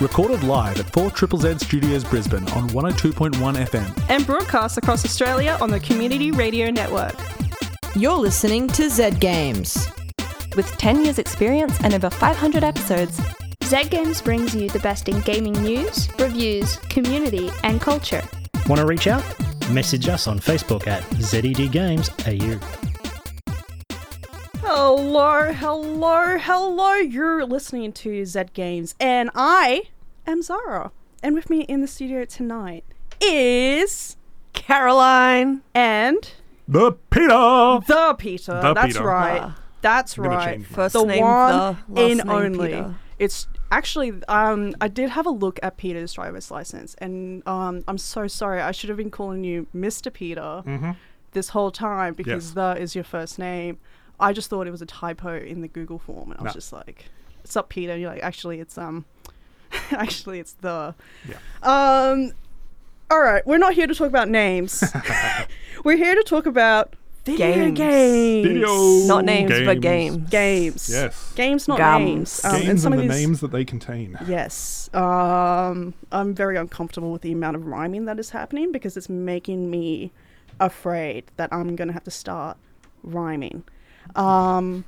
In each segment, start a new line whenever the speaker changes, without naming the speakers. Recorded live at 4 Triple Z Studios Brisbane on 102.1 FM.
and broadcast across Australia on the Community Radio Network.
You're listening to Z Games.
With 10 years' experience and over 500 episodes,
Z Games brings you the best in gaming news, reviews, community, and culture.
Want to reach out? Message us on Facebook at E ZEDGamesAU.
Hello, hello, hello. You're listening to Z Games, and I am Zara. And with me in the studio tonight is
Caroline.
and
The Peter!
the Peter.
The
That's
Peter.
right.
Ah.
That's
I'm gonna
right.
change mine.
First
The
name
one
the, last
in
name
only.
Peter.
It's actually um I did have a look at Peter's driver's license, and um I'm so sorry. I should have been calling you Mr. Peter this whole time because
Yes.
the is your first name. I just thought it was a typo in the Google form, and I was
No.
just like, "It's up, Peter." And you're like, "Actually, it's um, actually, it's the."
Yeah.
Um. All right, we're not here to talk about names. we're here to talk about video
Games.
games.
Video.
Not names, but
Games.
games.
Games.
Yes.
Games, not
Gums.
names. Um,
Games
oh, and some
and the
of these,
names that they contain.
Yes. Um, I'm very uncomfortable with the amount of rhyming that is happening because it's making me afraid that I'm going to have to start rhyming. Um,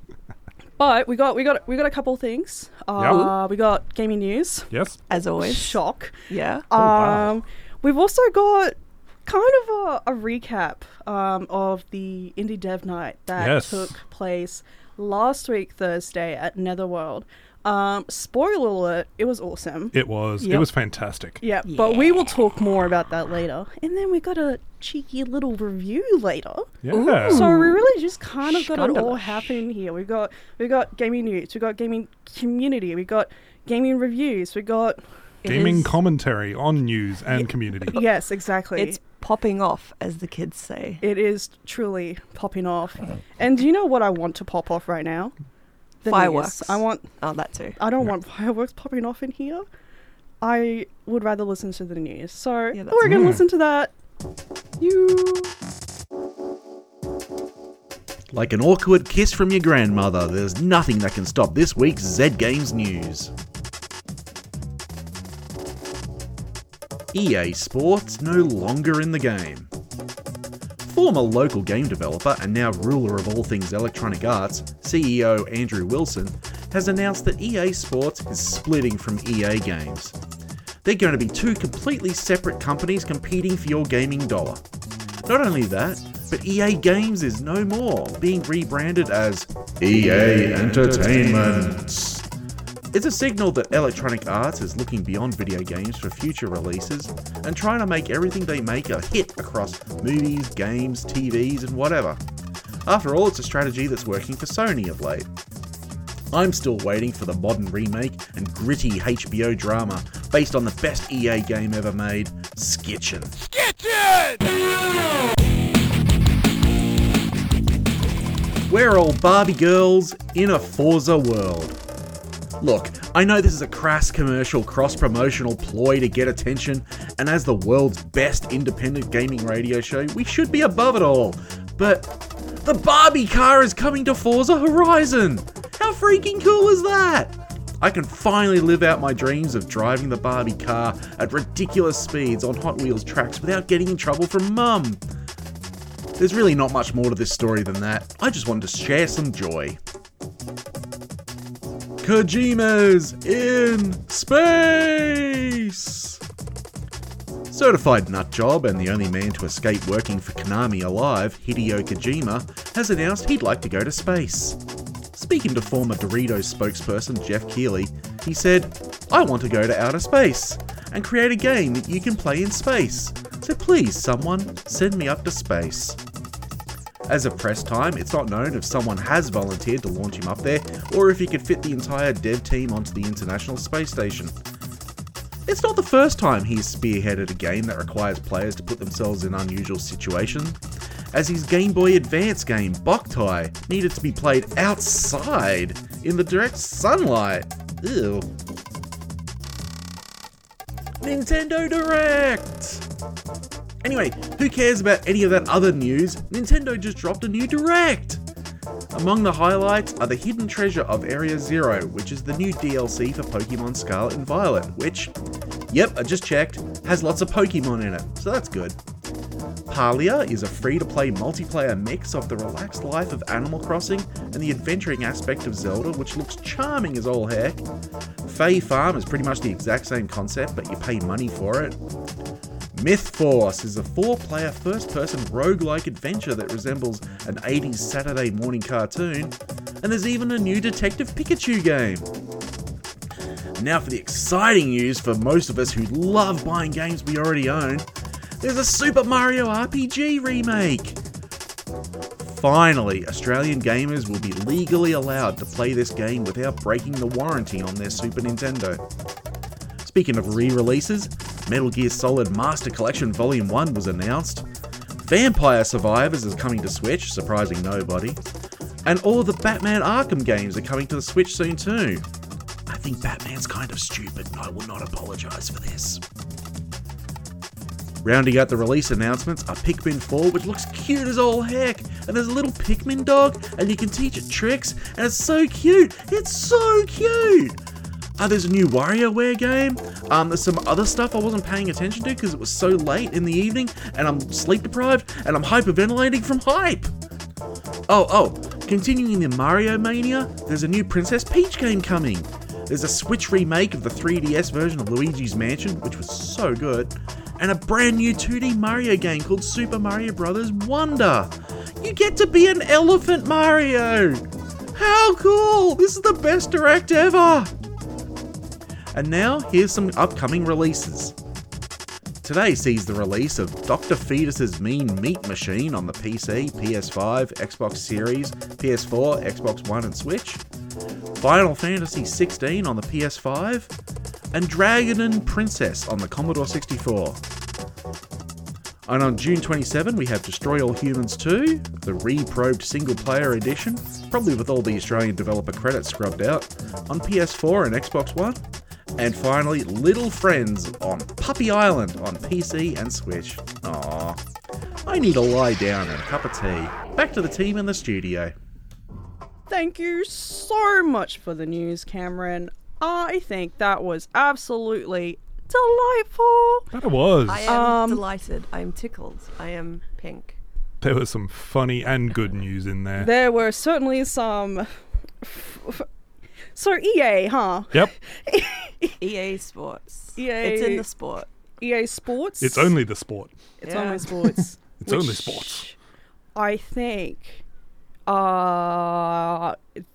but we got we got we got a couple things. Uh, We got gaming news.
Yes.
As always.
Shock.
Yeah.
Um,
Oh, wow.
We've also got kind of a, a recap um, of the Indie Dev Night that
Yes.
took place last week, Thursday, at Netherworld. Um, spoiler alert, it was awesome.
It was. It
Yep.
was fantastic.
yeah, but we will talk more about that later. And then we got a cheeky little review later.
Yeah.
So we really just kind of got it all
Scandalous.
happening here. We got we got gaming news, we got gaming community, we got gaming reviews, we got
Gaming
is-
commentary on news and community.
yes, exactly.
It's popping off, as the kids say.
It is truly popping off. And do you know what I want to pop off right now? The news.
Fireworks.
I want.
Oh, that too.
I don't want fireworks popping off in here. I would rather listen to the news. So
Yeah, that's
we're going
Mm.
to listen to that. You.
Like an awkward kiss from your grandmother, there's nothing that can stop this week's Z Games news. EA E Sports no longer in the game. Former local game developer and now ruler of all things Electronic Arts, CEO Andrew Wilson, has announced that EA Sports is splitting from EA Games. They're going to be two completely separate companies competing for your gaming dollar. Not only that, but EA Games is no more, being rebranded as EA Entertainment. It's a signal that Electronic Arts is looking beyond video games for future releases and trying to make everything they make a hit across movies, games, TVs, and whatever. After all, it's a strategy that's working for Sony of late. I'm still waiting for the modern remake and gritty HBO drama based on the best EA game ever made, Skitchin'. We're all Barbie girls in a Forza world. Look, I know this is a crass commercial cross promotional ploy to get attention, and as the world's best independent gaming radio show, we should be above it all. But the Barbie car is coming to Forza Horizon! How freaking cool is that? I can finally live out my dreams of driving the Barbie car at ridiculous speeds on Hot Wheels tracks without getting in trouble from mum. There's really not much more to this story than that. I just wanted to share some joy. Kojima's in space! Certified nutjob and the only man to escape working for Konami alive, Hideo Kojima, has announced he'd like to go to space. Speaking to former Doritos spokesperson Jeff Keighley, he said, I want to go to outer space and create a game that you can play in space. So please, someone, send me up to space. As of press time, it's not known if someone has volunteered to launch him up there or if he could fit the entire dev team onto the International Space Station. It's not the first time he's spearheaded a game that requires players to put themselves in unusual situations, as his Game Boy Advance game, Boktai, needed to be played outside in the direct sunlight. Ew. Nintendo Direct! Anyway, who cares about any of that other news? Nintendo just dropped a new Direct! Among the highlights are the hidden treasure of Area Zero, which is the new DLC for Pokemon Scarlet and Violet, which, yep, I just checked, has lots of Pokemon in it, so that's good. Parlia is a free to play multiplayer mix of the relaxed life of Animal Crossing and the adventuring aspect of Zelda, which looks charming as all heck. Fay Farm is pretty much the exact same concept, but you pay money for it. Myth Force is a four player first person roguelike adventure that resembles an 80s Saturday morning cartoon, and there's even a new Detective Pikachu game. Now, for the exciting news for most of us who love buying games we already own there's a Super Mario RPG remake! Finally, Australian gamers will be legally allowed to play this game without breaking the warranty on their Super Nintendo. Speaking of re releases, Metal Gear Solid Master Collection Volume 1 was announced. Vampire Survivors is coming to Switch, surprising nobody. And all the Batman Arkham games are coming to the Switch soon, too. I think Batman's kind of stupid, and I will not apologise for this. Rounding out the release announcements are Pikmin 4, which looks cute as all heck. And there's a little Pikmin dog, and you can teach it tricks, and it's so cute. It's so cute. Uh, there's a new WarioWare game. Um, there's some other stuff I wasn't paying attention to because it was so late in the evening, and I'm sleep deprived, and I'm hyperventilating from hype. Oh, oh, continuing the Mario Mania, there's a new Princess Peach game coming. There's a Switch remake of the 3DS version of Luigi's Mansion, which was so good, and a brand new 2D Mario game called Super Mario Bros. Wonder. You get to be an elephant Mario! How cool! This is the best direct ever! And now, here's some upcoming releases. Today sees the release of Dr. Fetus's Mean Meat Machine on the PC, PS5, Xbox Series, PS4, Xbox One, and Switch. Final Fantasy XVI on the PS5, and Dragon and Princess on the Commodore 64. And on June 27, we have Destroy All Humans 2, the reprobed single player edition, probably with all the Australian developer credits scrubbed out, on PS4 and Xbox One. And finally, Little Friends on Puppy Island on PC and Switch. Aww. I need to lie down and a cup of tea. Back to the team in the studio.
Thank you so much for the news, Cameron. I think that was absolutely delightful.
That it was.
I am delighted. I am tickled. I am pink.
There was some funny and good news in there.
There were certainly some. So EA, huh?
Yep.
EA E Sports.
E
EA
It's in the sport.
EA E Sports.
It's only the sport.
It's
Yeah.
only sports.
It's only sports.
I think uh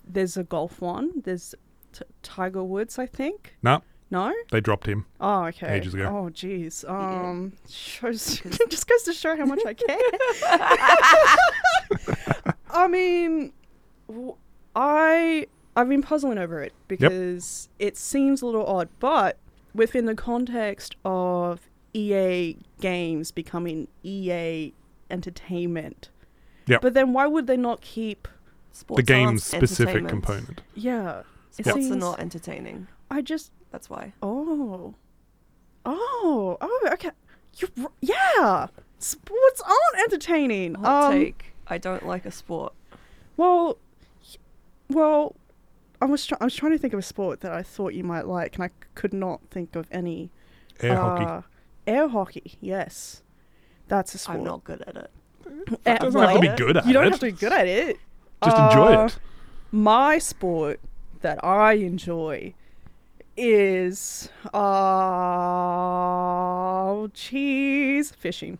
there's a golf one. There's t- Tiger Woods, I think.
Nah,
No?
they dropped him.
Oh, okay.
Ages ago.
Oh, jeez. Um, shows just goes to show how much I care. I mean, w- I I've been puzzling over it because it seems a little odd, but within the context of EA games becoming EA Entertainment.
Yep.
But then why would they not keep?
Sports
The game's
aren't
specific
entertainment.
component.
Yeah. it
Sports are
seems-
not entertaining.
I just
That's why.
Oh. Oh. Oh, okay. You r- yeah. Sports aren't entertaining.
Hot
um,
take. I don't like a sport.
Well, y- well, I was try- I was trying to think of a sport that I thought you might like, and I c- could not think of any.
Air hockey.
Uh, Air hockey. Yes, that's a sport.
I'm not good at it.
Eh,
It doesn't have to be
well,
good at
You don't
it.
have to be good at it.
Just enjoy
Uh,
it.
my sport that I enjoy is oh cheese fishing.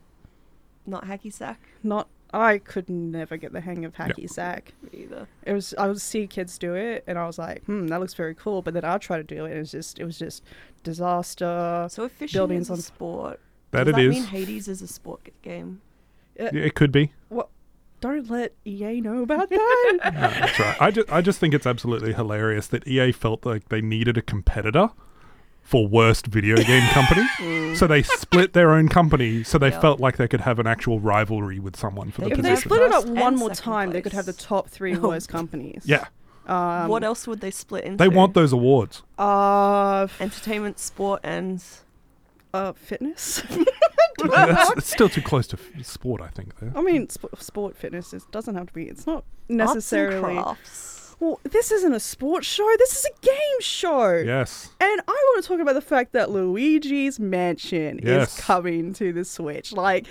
Not hacky sack
Not I could never get the hang of hacky sack.
either.
It was I would see kids do it and I was like, hmm, that looks very cool. But then I try to do it and it's just it was just disaster.
So if fishing
Buildings
is a
on-
sport,
That
does
it
that
is.
mean Hades is a sport g- game?
Yeah, It could be.
What? Don't let EA know about that.
No, that's right. I just, I just think it's absolutely hilarious that EA felt like they needed a competitor for worst video game company. so they split their own company so they
Mm. Yeah.
felt like they could have an actual rivalry with someone for
They
the
if
could
they
have
position.
split it up
first
one
and Oh.
more
second
time, they could have the
place.
top three worst companies.
yeah.
what else would they split into?
They want those awards.
Uh, f-
entertainment, sport, and
uh fitness.
That's, it's still too close to f- sport, I think. There.
I mean, sp- sport fitness is, doesn't have to be. It's not
Arts and
necessarily.
crafts.
Well, this isn't a sports show. This is a game show.
Yes.
And I want to talk about the fact that Luigi's Mansion
Yes.
is coming to the Switch. Like,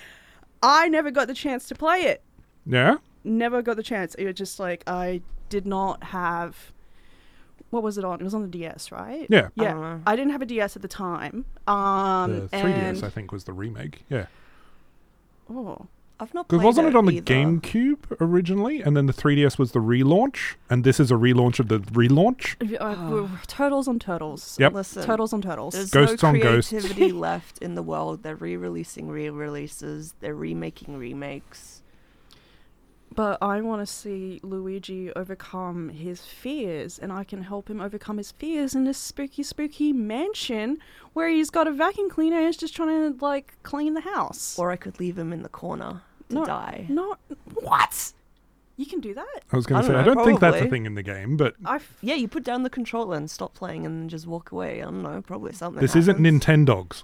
I never got the chance to play it.
Yeah.
Never got the chance. It was just like I did not have. What was it on? It was on the DS, right?
Yeah.
Yeah. I,
don't know.
didn't have a DS at the time.
The
Um,
3DS,
and
I think, was the remake. Yeah.
oh,
I've not played
Because wasn't it on the
either.
GameCube originally, and then the 3DS was the relaunch, and this is a relaunch of the relaunch.
uh, turtles on turtles.
Yep.
Listen,
Turtles on turtles.
There's
Ghosts
no
on ghosts.
creativity left in the world. They're re-releasing re-releases. They're remaking remakes.
But I want to see Luigi overcome his fears, and I can help him overcome his fears in this spooky, spooky mansion where he's got a vacuum cleaner and is just trying to like clean the house.
Or I could leave him in the corner to
No,
die.
not what? You can do that?
I was going
I
to say,
don't
I
know,
don't think that's a
probably.
thing in the game, but
I f-
Yeah, you put down the controller and stop playing and just walk away. I don't know, probably something.
this isn't
happens.
Nintendogs.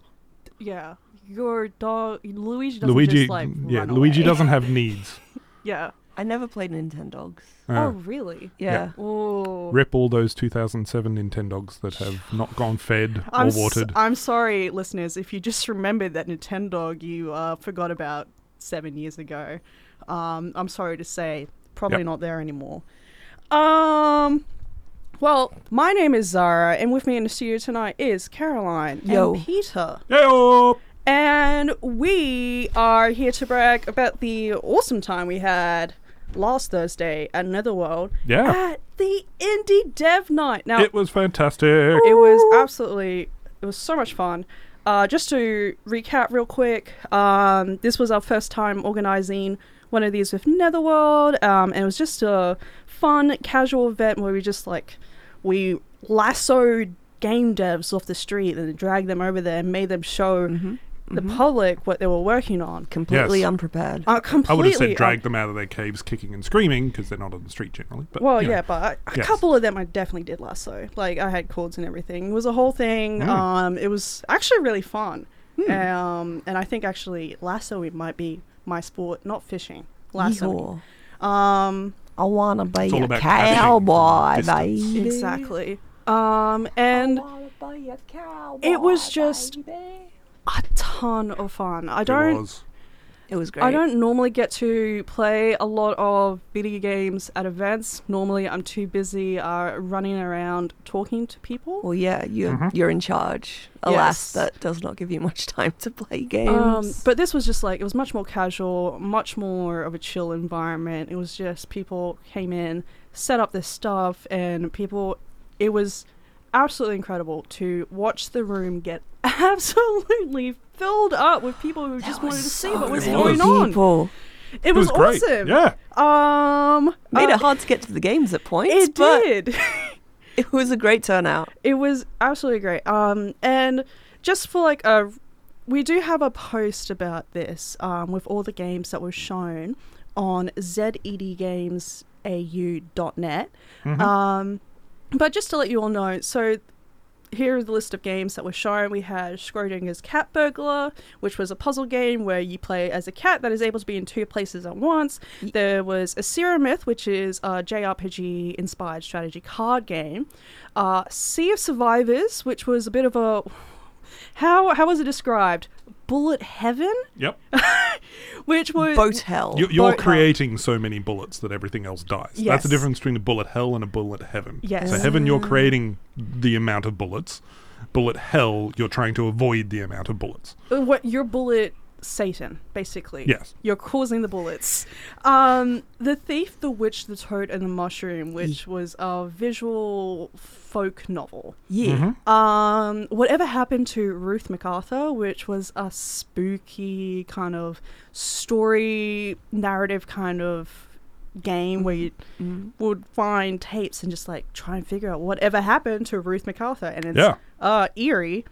yeah. Your dog Luigi doesn't
Luigi,
just like
yeah,
run
Luigi
away.
doesn't have needs.
Yeah.
I never played Nintendogs.
oh
Uh,
really?
Yeah.
Oh.
Rip all those 2007 Nintendogs that have not gone fed
I'm,
or
s-
watered.
I'm sorry, listeners, if you just remembered that Nintendo you uh, forgot about seven years ago. Um, I'm sorry to say, probably
Yep.
not there anymore. Um, well, my name is Zara, and with me in the studio tonight is Caroline
Yo.
and Peter.
Yo!
And we are here to brag about the awesome time we had last Thursday at Netherworld
Yeah.
at the Indie Dev Night. Now,
It was fantastic.
Oh. it was absolutely it was so much fun uh, just to recap real quick um, this was our first time organizing one of these with netherworld um, and it was just a fun casual event where we just like we lassoed game devs off the street and dragged them over there and made them show the
Mm-hmm.
public what they were working on
Completely
Yes.
unprepared.
uh,
I would
completely
have said drag them out of their caves kicking and screaming because they're not on the street generally. But,
well,
you know.
yeah, but a
Yes.
couple of them I definitely did lasso. Like I had cords and everything. It was a whole thing.
Mm.
Um, it was actually really fun.
Hmm.
Um, and I think actually lassoing might be my sport, not fishing. Lassoing.
Yeehaw.
Um,
I wanna be
all
a
about catching
cowboy,
distance.
baby.
E exactly. Um, and it was just a ton of fun. I
it
don't.
was.
It was great.
I don't normally get to play a lot of video games at events. Normally, I'm too busy uh, running around talking to people.
Well, yeah, you're you're in charge.
Yes.
Alas, that does not give you much time to play games.
Um, but this was just like it was much more casual, much more of a chill environment. It was just people came in, set up their stuff, and people. It was absolutely incredible to watch the room get absolutely filled up with people who just wanted to see what was
many
going on.
People
It
It was
was,
great.
awesome.
Yeah.
Um,
made
uh,
it hard to get to the games at points.
it
but
did.
It was a great turnout.
it was absolutely great. Um, and just for like a, we do have a post about this um, with all the games that were shown on E zedgamesau.net.
Mm-hmm.
Um, but just to let you all know, so here is the list of games that were shown. We had Schrodinger's Cat Burglar, which was a puzzle game where you play as a cat that is able to be in two places at once. There was Asira Myth, which is a JRPG inspired strategy card game. Uh, sea of Survivors, which was a bit of a. How, how was it described? Bullet Heaven,
Yep.
which was.
Boat hell.
You, you're
Bullet hell.
creating so many bullets that everything else dies. That's
Yes.
the difference between a bullet hell and a bullet heaven.
Yes. Ah.
So heaven, you're creating the amount of bullets. Bullet hell, you're trying to avoid the amount of bullets.
what your bullet Satan, basically.
Yes.
You're causing the bullets. Um, the thief, the witch, the toad, and the mushroom, which was a visual folk novel.
yeah.
Mm-hmm.
Um, whatever happened to Ruth MacArthur, which was a spooky kind of story narrative kind of game where you would find tapes and just like try and figure out whatever happened to Ruth MacArthur, and it's
Yeah.
uh, eerie.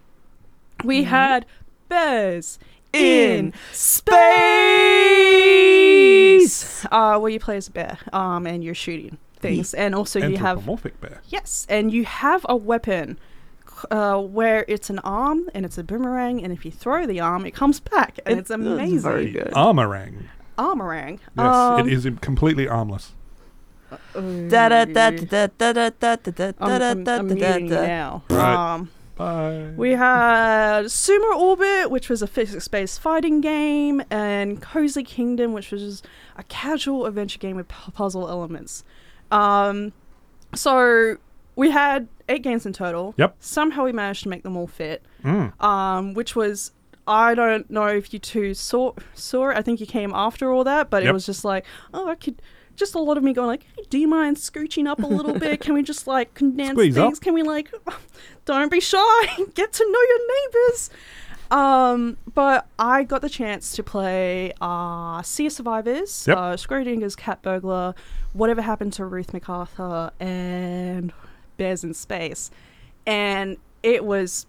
We had bears in
In
space, uh, where you play as a bear um, and you're shooting things, and also you have
Anthropomorphic bear.
Yes, and you have a weapon uh, where it's an arm and it's a boomerang, and if you throw the arm, it comes back, and it's, amazing.
very good.
Armorang.
Armorang.
Yes,
Um, uh,
it is completely armless.
Mm-hmm.
Da da da da da da da da da
I'm,
da
I'm-
da
I'm
da da
muting
da.
now.
Right.
Um,
Bye.
we had Sumer Orbit, which was a physics-based fighting game, and Cozy Kingdom, which was a casual adventure game with pu- puzzle elements. Um, so we had eight games in total.
Yep.
Somehow we managed to make them all fit.
Mm.
um, which was I don't know if you two saw saw it. I think you came after all that, but it
Yep.
was just like, oh, I could just a lot of me going like, hey, do you mind scooching up a little bit? Can we just like condense
Squeeze up.
things? Can we like, don't be shy, get to know your neighbors. Um, but I got the chance to play uh, Sea of Survivors,
Yep.
uh, Schrodinger's Cat Burglar, Whatever Happened to Ruth MacArthur, and Bears in Space, and it was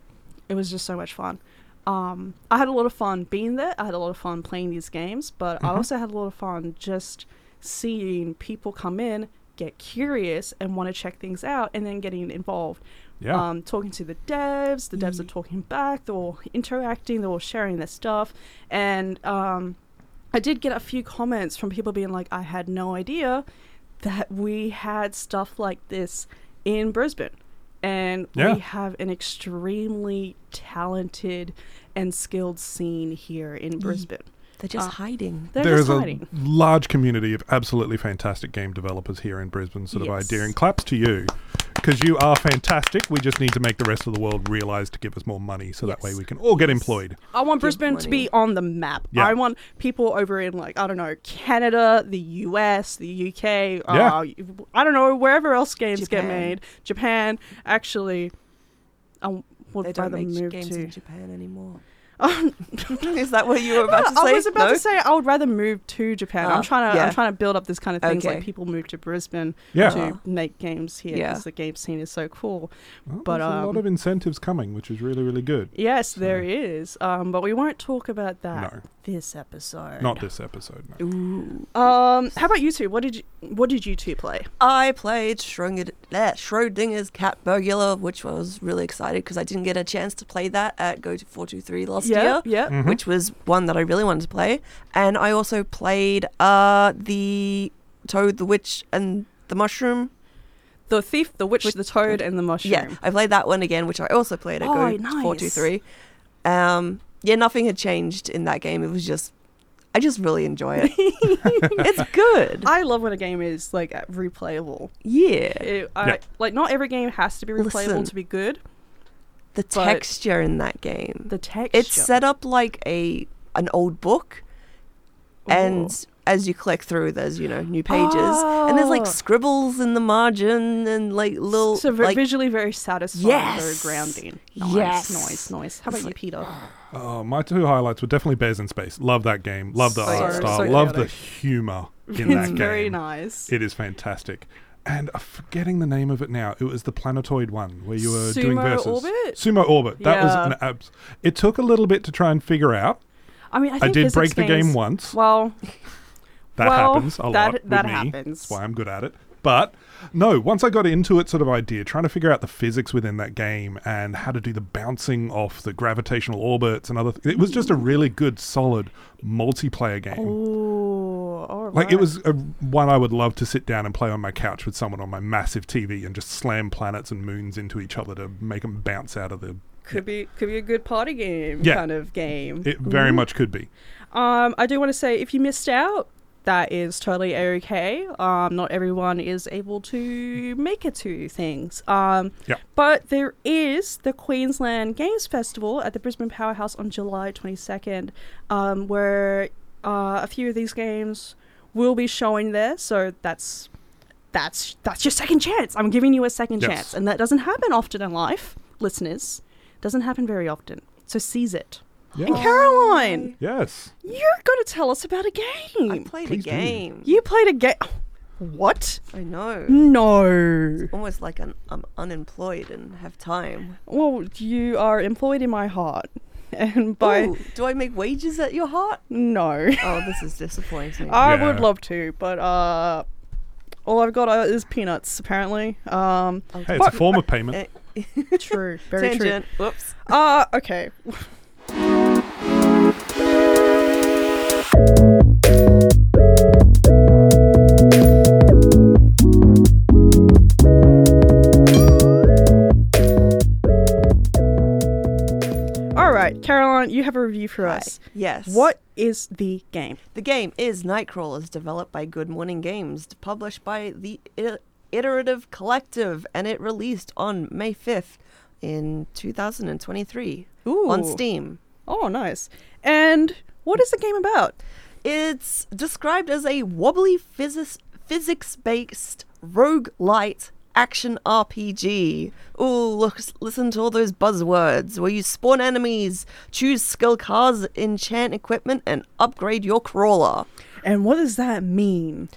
it was just so much fun. Um, I had a lot of fun being there. I had a lot of fun playing these games, but
Mm-hmm.
I also had a lot of fun just seeing people come in, get curious, and want to check things out, and then getting involved
Yeah.
um, talking to the devs. The
Mm.
devs are talking back. They're all interacting. They're all sharing their stuff. And um, I did get a few comments from people being like, I had no idea that we had stuff like this in Brisbane. And
Yeah.
we have an extremely talented and skilled scene here in Brisbane.
They're just
Uh,
hiding.
They're
there
just
is Mm. a
hiding.
large community of absolutely fantastic game developers here in Brisbane, sort of
Yes.
idea. And claps to you because you are fantastic. We just need to make the rest of the world realize to give us more money so that way
Yes.
we can all get employed.
I want Brisbane to be on the map.
Yeah.
I want people over in like I don't know Canada, the US, the UK. Uh, I don't know wherever else games get
Japan.
made. Japan, actually, I would
They don't
rather
make
move
games
to. Oh,
in Japan anymore. Is that what you were about to say?
I was about
No?
to say I would rather move to Japan.
Ah,
I'm trying to
yeah.
I'm trying to build up this kind of things like
Okay.
people move to Brisbane
Yeah.
to make games here
Yeah.
because the game scene is so cool.
Well,
but,
there's a lot
um,
of incentives coming, which is really, really good.
Yes, there is. Um, but we won't talk about that
No.
this episode.
Not this episode. No.
Um, how about you two? What did you What did you two play?
I played Schrodinger, uh, Schrodinger's Cat Burglar, which was really excited because I didn't get a chance to play that at Go to 423 last year.
yeah.
Mm-hmm.
which was one that I really wanted to play. And I also played uh, the Toad, the Witch, and the Mushroom.
The thief, the witch, the toad, and the mushroom.
Yeah, I played that one again, which I also played at
Oh,
Go
nice.
Four Two Three. Um, yeah, nothing had changed in that game. It was just, I just really enjoy it. it's good.
I love when a game is like replayable.
yeah,
It, I,
Yeah.
Like not every game has to be replayable
Listen.
to be good.
the texture in that game.
The texture.
it's set up like a an old book, and as you click through, there's you know new pages, and there's
Oh.
like scribbles in the margin and like little
so ve-
like
visually very satisfying,
Yes.
very grounding. Nice,
Yes.
nice, nice. How about you, Peter?
Oh, my two highlights were definitely Bears in Space. Love that game. Love the
So-
art
so
style.
chaotic.
Love the humor in that
it's
game.
very nice.
It is fantastic. And I'm forgetting the name of it now. It was the planetoid one where you were doing
Sumo
verses.
Orbit?
Sumo Orbit. That
Yeah.
was an abs. It took a little bit to try and figure out.
I mean, I,
I,
think
did
physics
break the
games-
game once.
Well,
That
well,
happens a
that-
lot with
that
me.
happens.
That's why I'm good at it. But no, once I got into it, sort of idea, trying to figure out the physics within that game and how to do the bouncing off the gravitational orbits and other. Th- it was just a really good, solid multiplayer game.
ooh, all right.
Like it was a, one I would love to sit down and play on my couch with someone on my massive TV and just slam planets and moons into each other to make them bounce out of the.
could be could be a good party game
Yeah.
kind of game.
It very much could be.
Um, I do want to say if you missed out, that is totally okay. Um, not everyone is able to make it to things. Um,
Yeah.
But there is the Queensland Games Festival at the Brisbane Powerhouse on July 22nd, um, where uh, a few of these games will be showing there. So that's that's that's your second chance. I'm giving you a second
Yes.
chance, and that doesn't happen often in life, listeners. Doesn't happen very often. So seize it. And
Yeah.
Caroline.
Yes.
You're going to tell us about a
I
game.
played
Please
a
do.
game.
you played a game. What?
I know.
No.
Almost like an, I'm unemployed and have time.
Well, you are employed in my heart. And by
Ooh, do I make wages at your heart?
no,
Oh, this is disappointing.
I
Yeah.
would love to, but uh, all I've got uh, is peanuts apparently. Um,
Hey, it's a form of payment.
Eh,
True. Very
Tangent. Whoops.
true. Uh, okay. All right, Caroline, you have a review for us.
Yes.
What is the game?
The game is Nightcrawlers, developed by Good Morning Games, published by the I- Iterative Collective, and it released on May 5th in 2023 on
Ooh.
Steam.
Oh, nice. And what is the game about?
It's described as a wobbly physis- physics-based roguelite action RPG. Ooh, look, listen to all those buzzwords where you spawn enemies, choose skill cards, enchant equipment, and upgrade your crawler.
And what does that mean?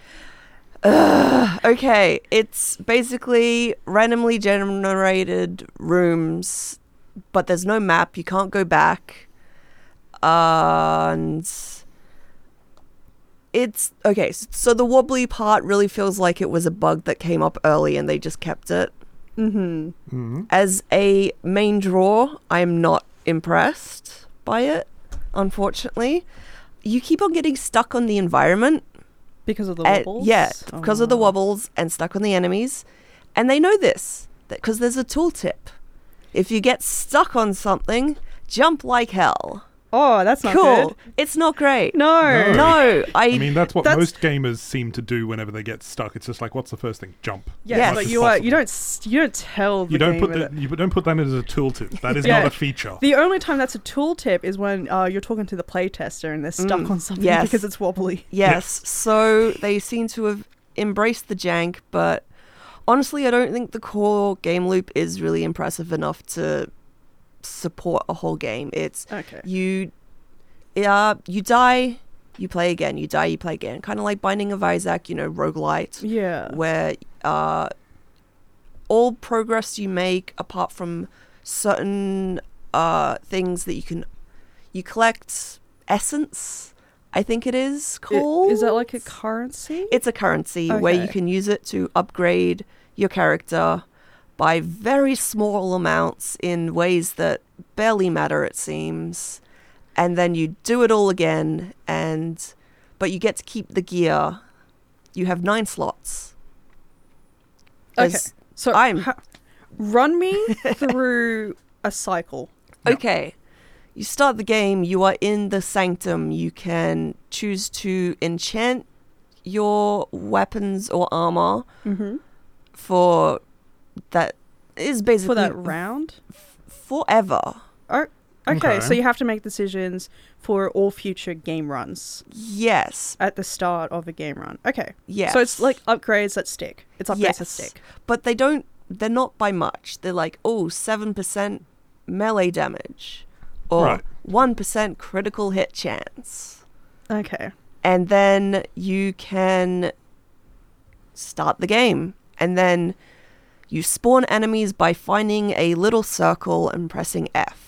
Okay, it's basically randomly generated rooms, but there's no map. You can't go back. And it's okay. s- So the wobbly part really feels like it was a bug that came up early and they just kept it.
Mm-hmm.
As a main draw, I am not impressed by it, unfortunately. You keep on getting stuck on the environment
Because of the
at-
wobbles?
yeah, because of the
Oh.
wobbles and stuck on the enemies. And they know this because there's a tooltip. If you get stuck on something, jump like hell.
Oh, that's not
cool.
good.
It's not great.
No.
No, I.
I mean, that's what
That's-
most gamers seem to do whenever they get stuck. It's just like, what's the first thing? Jump.
Yes,
Yes.
but
As
you
much
are
as
you
possible.
don't s- you don't tell the
You don't
game
put
with
that.
it.
You don't put that as a tooltip. That is
Yeah.
not a feature.
The only time that's a tooltip is when uh, you're talking to the playtester and they're stuck
Mm,
on something
yes.
because it's wobbly.
yes. So they seem to have embraced the jank, but honestly, I don't think the core game loop is really impressive enough to support a whole game. It's
Okay.
you uh, you die you play again you die you play again kind of like binding of isaac you know roguelite
Yeah.
where uh, all progress you make apart from certain uh, things that you can you collect essence i think it is
I-
called
Is that like a currency?
it's a currency where you
Okay.
can use it to upgrade your character by very small amounts in ways that barely matter, it seems. And then you do it all again, and but you get to keep the gear. You have nine slots.
Okay.
As-
so
I'm-
ha- run me through a cycle.
Okay. You start the game, you are in the sanctum. You can choose to enchant your weapons or armor
Mm-hmm.
for that is
For
basically
that round.
forever.
Okay, so
Okay.
you have to make decisions for all future game runs
Yes,
at the start of a game run. Okay.
yes.
So it's like upgrades that stick. It's upgrades that
Yes.
stick.
but they don't. They're not by much. They're like oh, seven percent melee damage, or
Right.
one critical hit chance,
Okay.
and then you can start the game, and then you spawn enemies by finding a little circle and pressing F.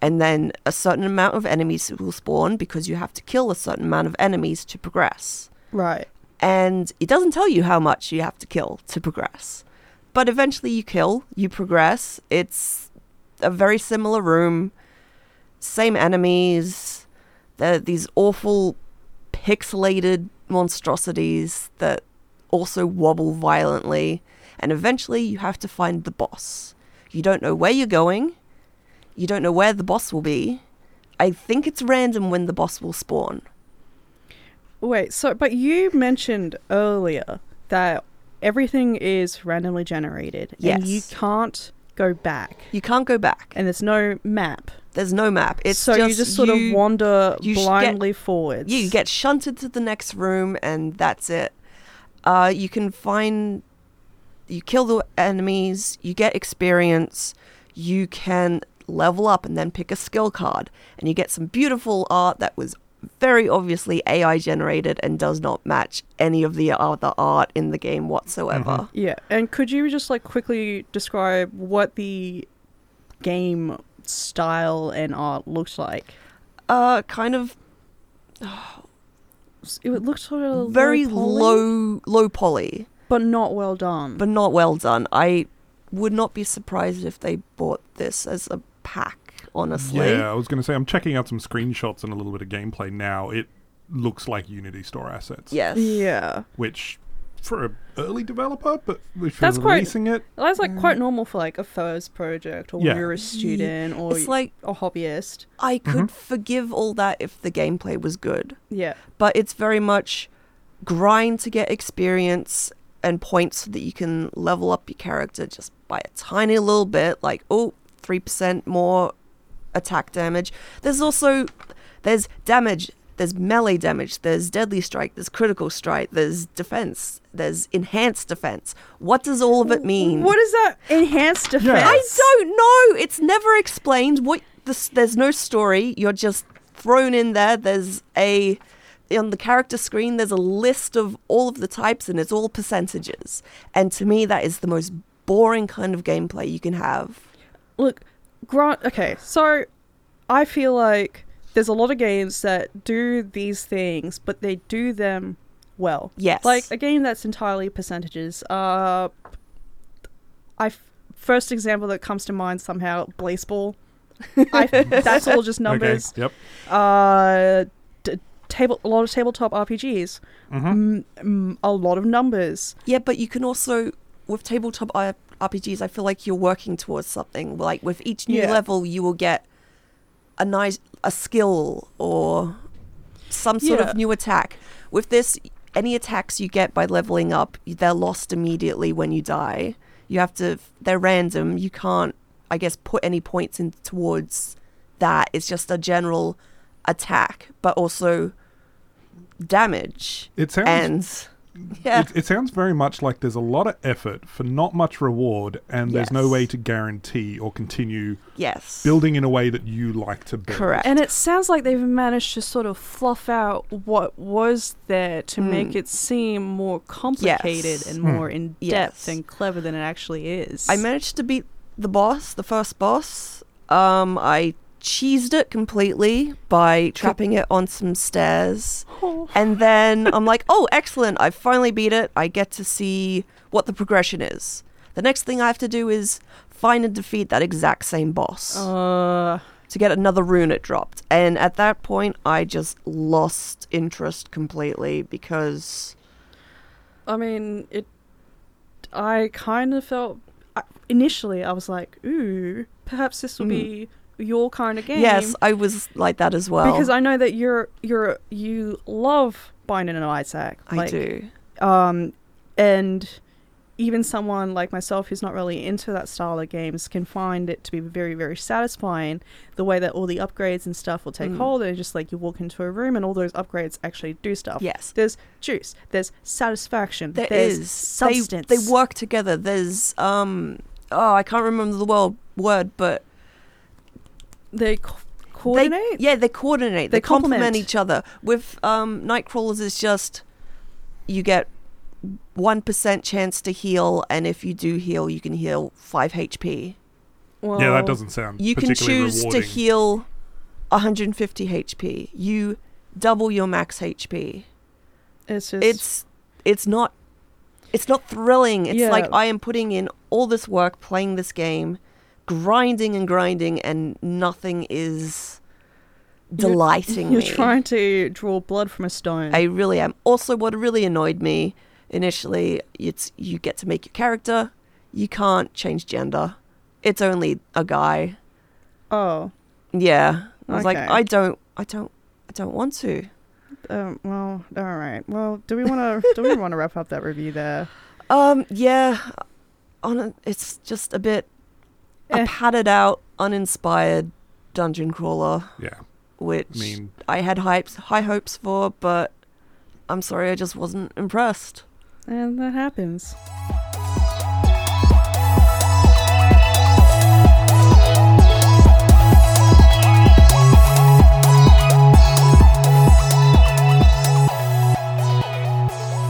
And then a certain amount of enemies will spawn because you have to kill a certain amount of enemies to progress.
Right.
and it doesn't tell you how much you have to kill to progress. But eventually you kill, you progress. It's a very similar room, same enemies, they're these awful pixelated monstrosities that also wobble violently. And eventually you have to find the boss. You don't know where you're going, you don't know where the boss will be. I think it's random when the boss will spawn.
Wait, so but you mentioned earlier that everything is randomly generated and you
Yes.
can't go back
You can't go back.
and there's no map.
There's no map. It's
so
just
you just sort
you-
of wander
you sh- get-
blindly forwards.
You get shunted to the next room, and that's it. Uh, you can find, you kill the enemies, you get experience, you can level up, and then pick a skill card, and you get some beautiful art that was very obviously AI generated and does not match any of the other art in the game whatsoever.
Yeah. And could you just like quickly describe what the game style and art looks like?
Uh, kind of
S- It looked sort of
very
low, poly,
low, low poly.
but not well done.
but not well done. I would not be surprised if they bought this as a pack, honestly.
Yeah, I was going to say I'm checking out some screenshots and a little bit of gameplay now. It looks like Unity Store assets,
Yes.
Yeah.
which for an early developer, but if
That's
you're
quite-
releasing it,
Well, that's like
Mm.
quite normal for like a first project or
Yeah.
when you're a student or
It's like
a hobbyist.
I could forgive all that if the gameplay was good,
Yeah.
but it's very much grind to get experience and points so that you can level up your character just by a tiny little bit, like oh, 3% more attack damage. There's also there's damage, there's melee damage, there's deadly strike, there's critical strike, there's defense, there's enhanced defense. What does all of it mean?
What is that enhanced defense?
I
I don't know. It's never explained. What this, there's no story. You're just thrown in there. There's a on the character screen. There's a list of all of the types, and it's all percentages. And to me, that is the most boring kind of gameplay you can have.
look, grant. Okay, so I feel like there's a lot of games that do these things, but they do them well.
Yes.
Like a game that's entirely percentages. Uh, I f- first example that comes to mind somehow, Blazeball. I, that's all just numbers.
Okay. Yep.
Uh, d- table a lot of tabletop RPGs.
Uh-huh.
Mm-hmm.
Mm, mm, a lot of numbers.
Yeah, but you can also with tabletop R- RPGs. I feel like you're working towards something. Like with each new
Yeah.
level, you will get a nice a skill or some sort
Yeah.
of new attack. With this, any attacks you get by leveling up, they're lost immediately when you die. You have to. They're random. You can't, I guess, put any points in towards that. It's just a general attack, but also damage
It sounds
and yeah.
It, it sounds very much like there's a lot of effort for not much reward, and there's no
Yes.
way to guarantee or continue
yes.
building in a way that you like to build.
Correct.
And it sounds like they've managed to sort of fluff out what was there to
Mm.
make it seem more complicated and more in depth
Yes.
and clever than it actually is.
I managed to beat the boss, the first boss. Um, I cheesed it completely by trapping it on some stairs. And then I'm like, oh, excellent. I finally beat it. I get to see what the progression is. The next thing I have to do is find and defeat that exact same boss
Uh,
to get another rune it dropped. And at that point, I just lost interest completely because
I mean, it. I kind of felt I, initially I was like, ooh, perhaps this will be your kind of game.
Hmm. yes, I was like that as well.
because I know that you're you're you love Binding and Isaac.
I
like,
do.
um, and even someone like myself who's not really into that style of games can find it to be very very satisfying the way that all the upgrades and stuff will take
Mm.
hold and just like you walk into a room and all those upgrades actually do stuff
Yes.
there's juice there's satisfaction
There
there's
is.
substance
They, they work together. There's um oh I can't remember the word word, but
they co-
they,
coordinate
yeah they coordinate. They,
They
complement.
complement.
each other. With um Nightcrawlers, it's just you get one percent chance to heal, and if you do heal, you can heal five HP.
well,
Yeah, that doesn't sound
You can
particularly
choose
rewarding.
to heal 150 HP. You double your max HP.
it's just
it's it's not it's not thrilling it's like
Yeah.
i am putting in all this work playing this game grinding and grinding and nothing is
you're-
delighting
you're
me
trying to draw blood from a stone
i really am also what really annoyed me initially it's you get to make your character you can't change gender it's only a guy
oh
yeah i was like
Okay.
i don't i don't i don't want to
um, well all right well do we want to do we want to wrap up that review there
Um, yeah, on a, it's just a bit
Eh.
a padded out, uninspired dungeon crawler,
Yeah.
which
I mean,
I had hypes, high hopes for, but I'm sorry, I just wasn't impressed.
and that happens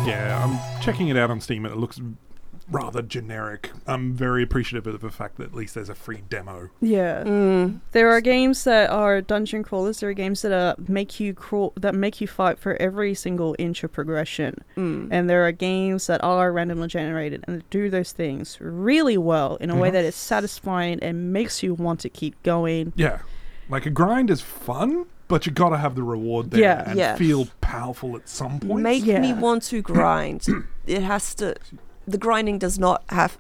yeah, I'm checking it out on Steam and it looks rather generic. I'm very appreciative of the fact that at least there's a free demo.
Yeah. There are games that are dungeon crawlers. There are games that are make you crawl that make you fight for every single inch of progression, and there are games that are randomly generated and do those things really well in a way that is satisfying and makes you want to keep going.
Yeah. Like a grind is fun, but you gotta have the reward there
Yeah.
and
Yes.
feel powerful at some point.
Make me
Yeah.
want to grind. it has to. The grinding does not have.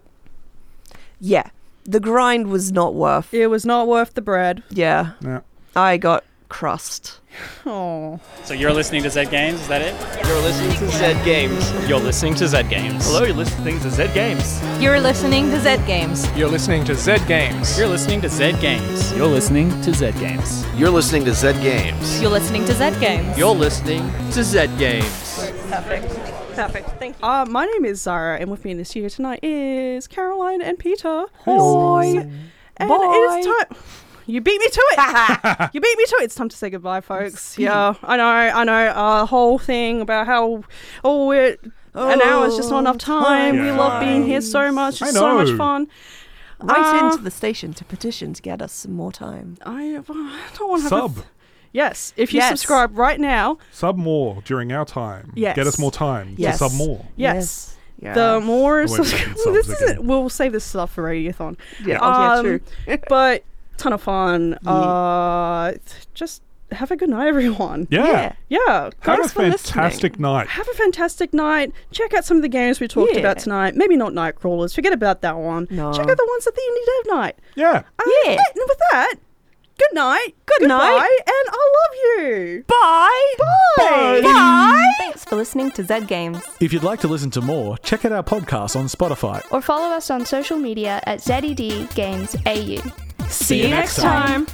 Yeah, the grind was not worth.
It was not worth the bread.
Yeah,
yeah.
I got crust.
Oh,
So you're listening to Zed Games, is that it?
You're listening to Zed Games.
You're listening to Zed Games.
Hello, you're listening to Zed Games.
You're listening to Zed Games.
You're listening to Zed Games.
You're listening to Zed Games. You're listening to Zed Games.
You're listening to Zed Games.
You're listening to Zed Games.
You're listening to Zed Games.
Perfect. Perfect. Thank
uh, my name is Zara, and with me this year tonight is Caroline and Peter.
Hello.
And it is time. You beat me to it. you beat me to it. It's time to say goodbye, folks. Yeah, I know. I know. A whole thing about how oh, we're an hour is just not enough time. We love being here so much.
Oh, I
It's so much
know.
fun.
Right
Uh,
into the station to petition to get us some more time.
I, well, I don't want to have a
Sub.
th- yes, if you
Yes.
subscribe right now,
Sub more during our time.
Yes.
Get us more time
Yes.
to sub more.
yes.
Yes.
The more
Wait, we
subscri-
can subs
this
again.
isn't. We'll save this stuff for Radiothon. Um,
Yeah. Oh, yeah, true.
but ton of fun. Uh, th- just have a good night, everyone.
Yeah.
Yeah.
Yeah,
Have a
Thanks for listening.
fantastic night.
have a fantastic night. Check out some of the games we talked
Yeah.
about tonight. Maybe not Night Crawlers. Forget about that one.
No.
Check out the ones at the Indie Dev Night.
Yeah.
Uh,
Yeah.
And with that, good night. Good
night.
And I love you.
Bye.
Bye.
Thanks for listening to Zed Games.
If you'd like to listen to more, check out our podcast on Spotify.
Or follow us on social media at ZED E Games AU.
See you next time.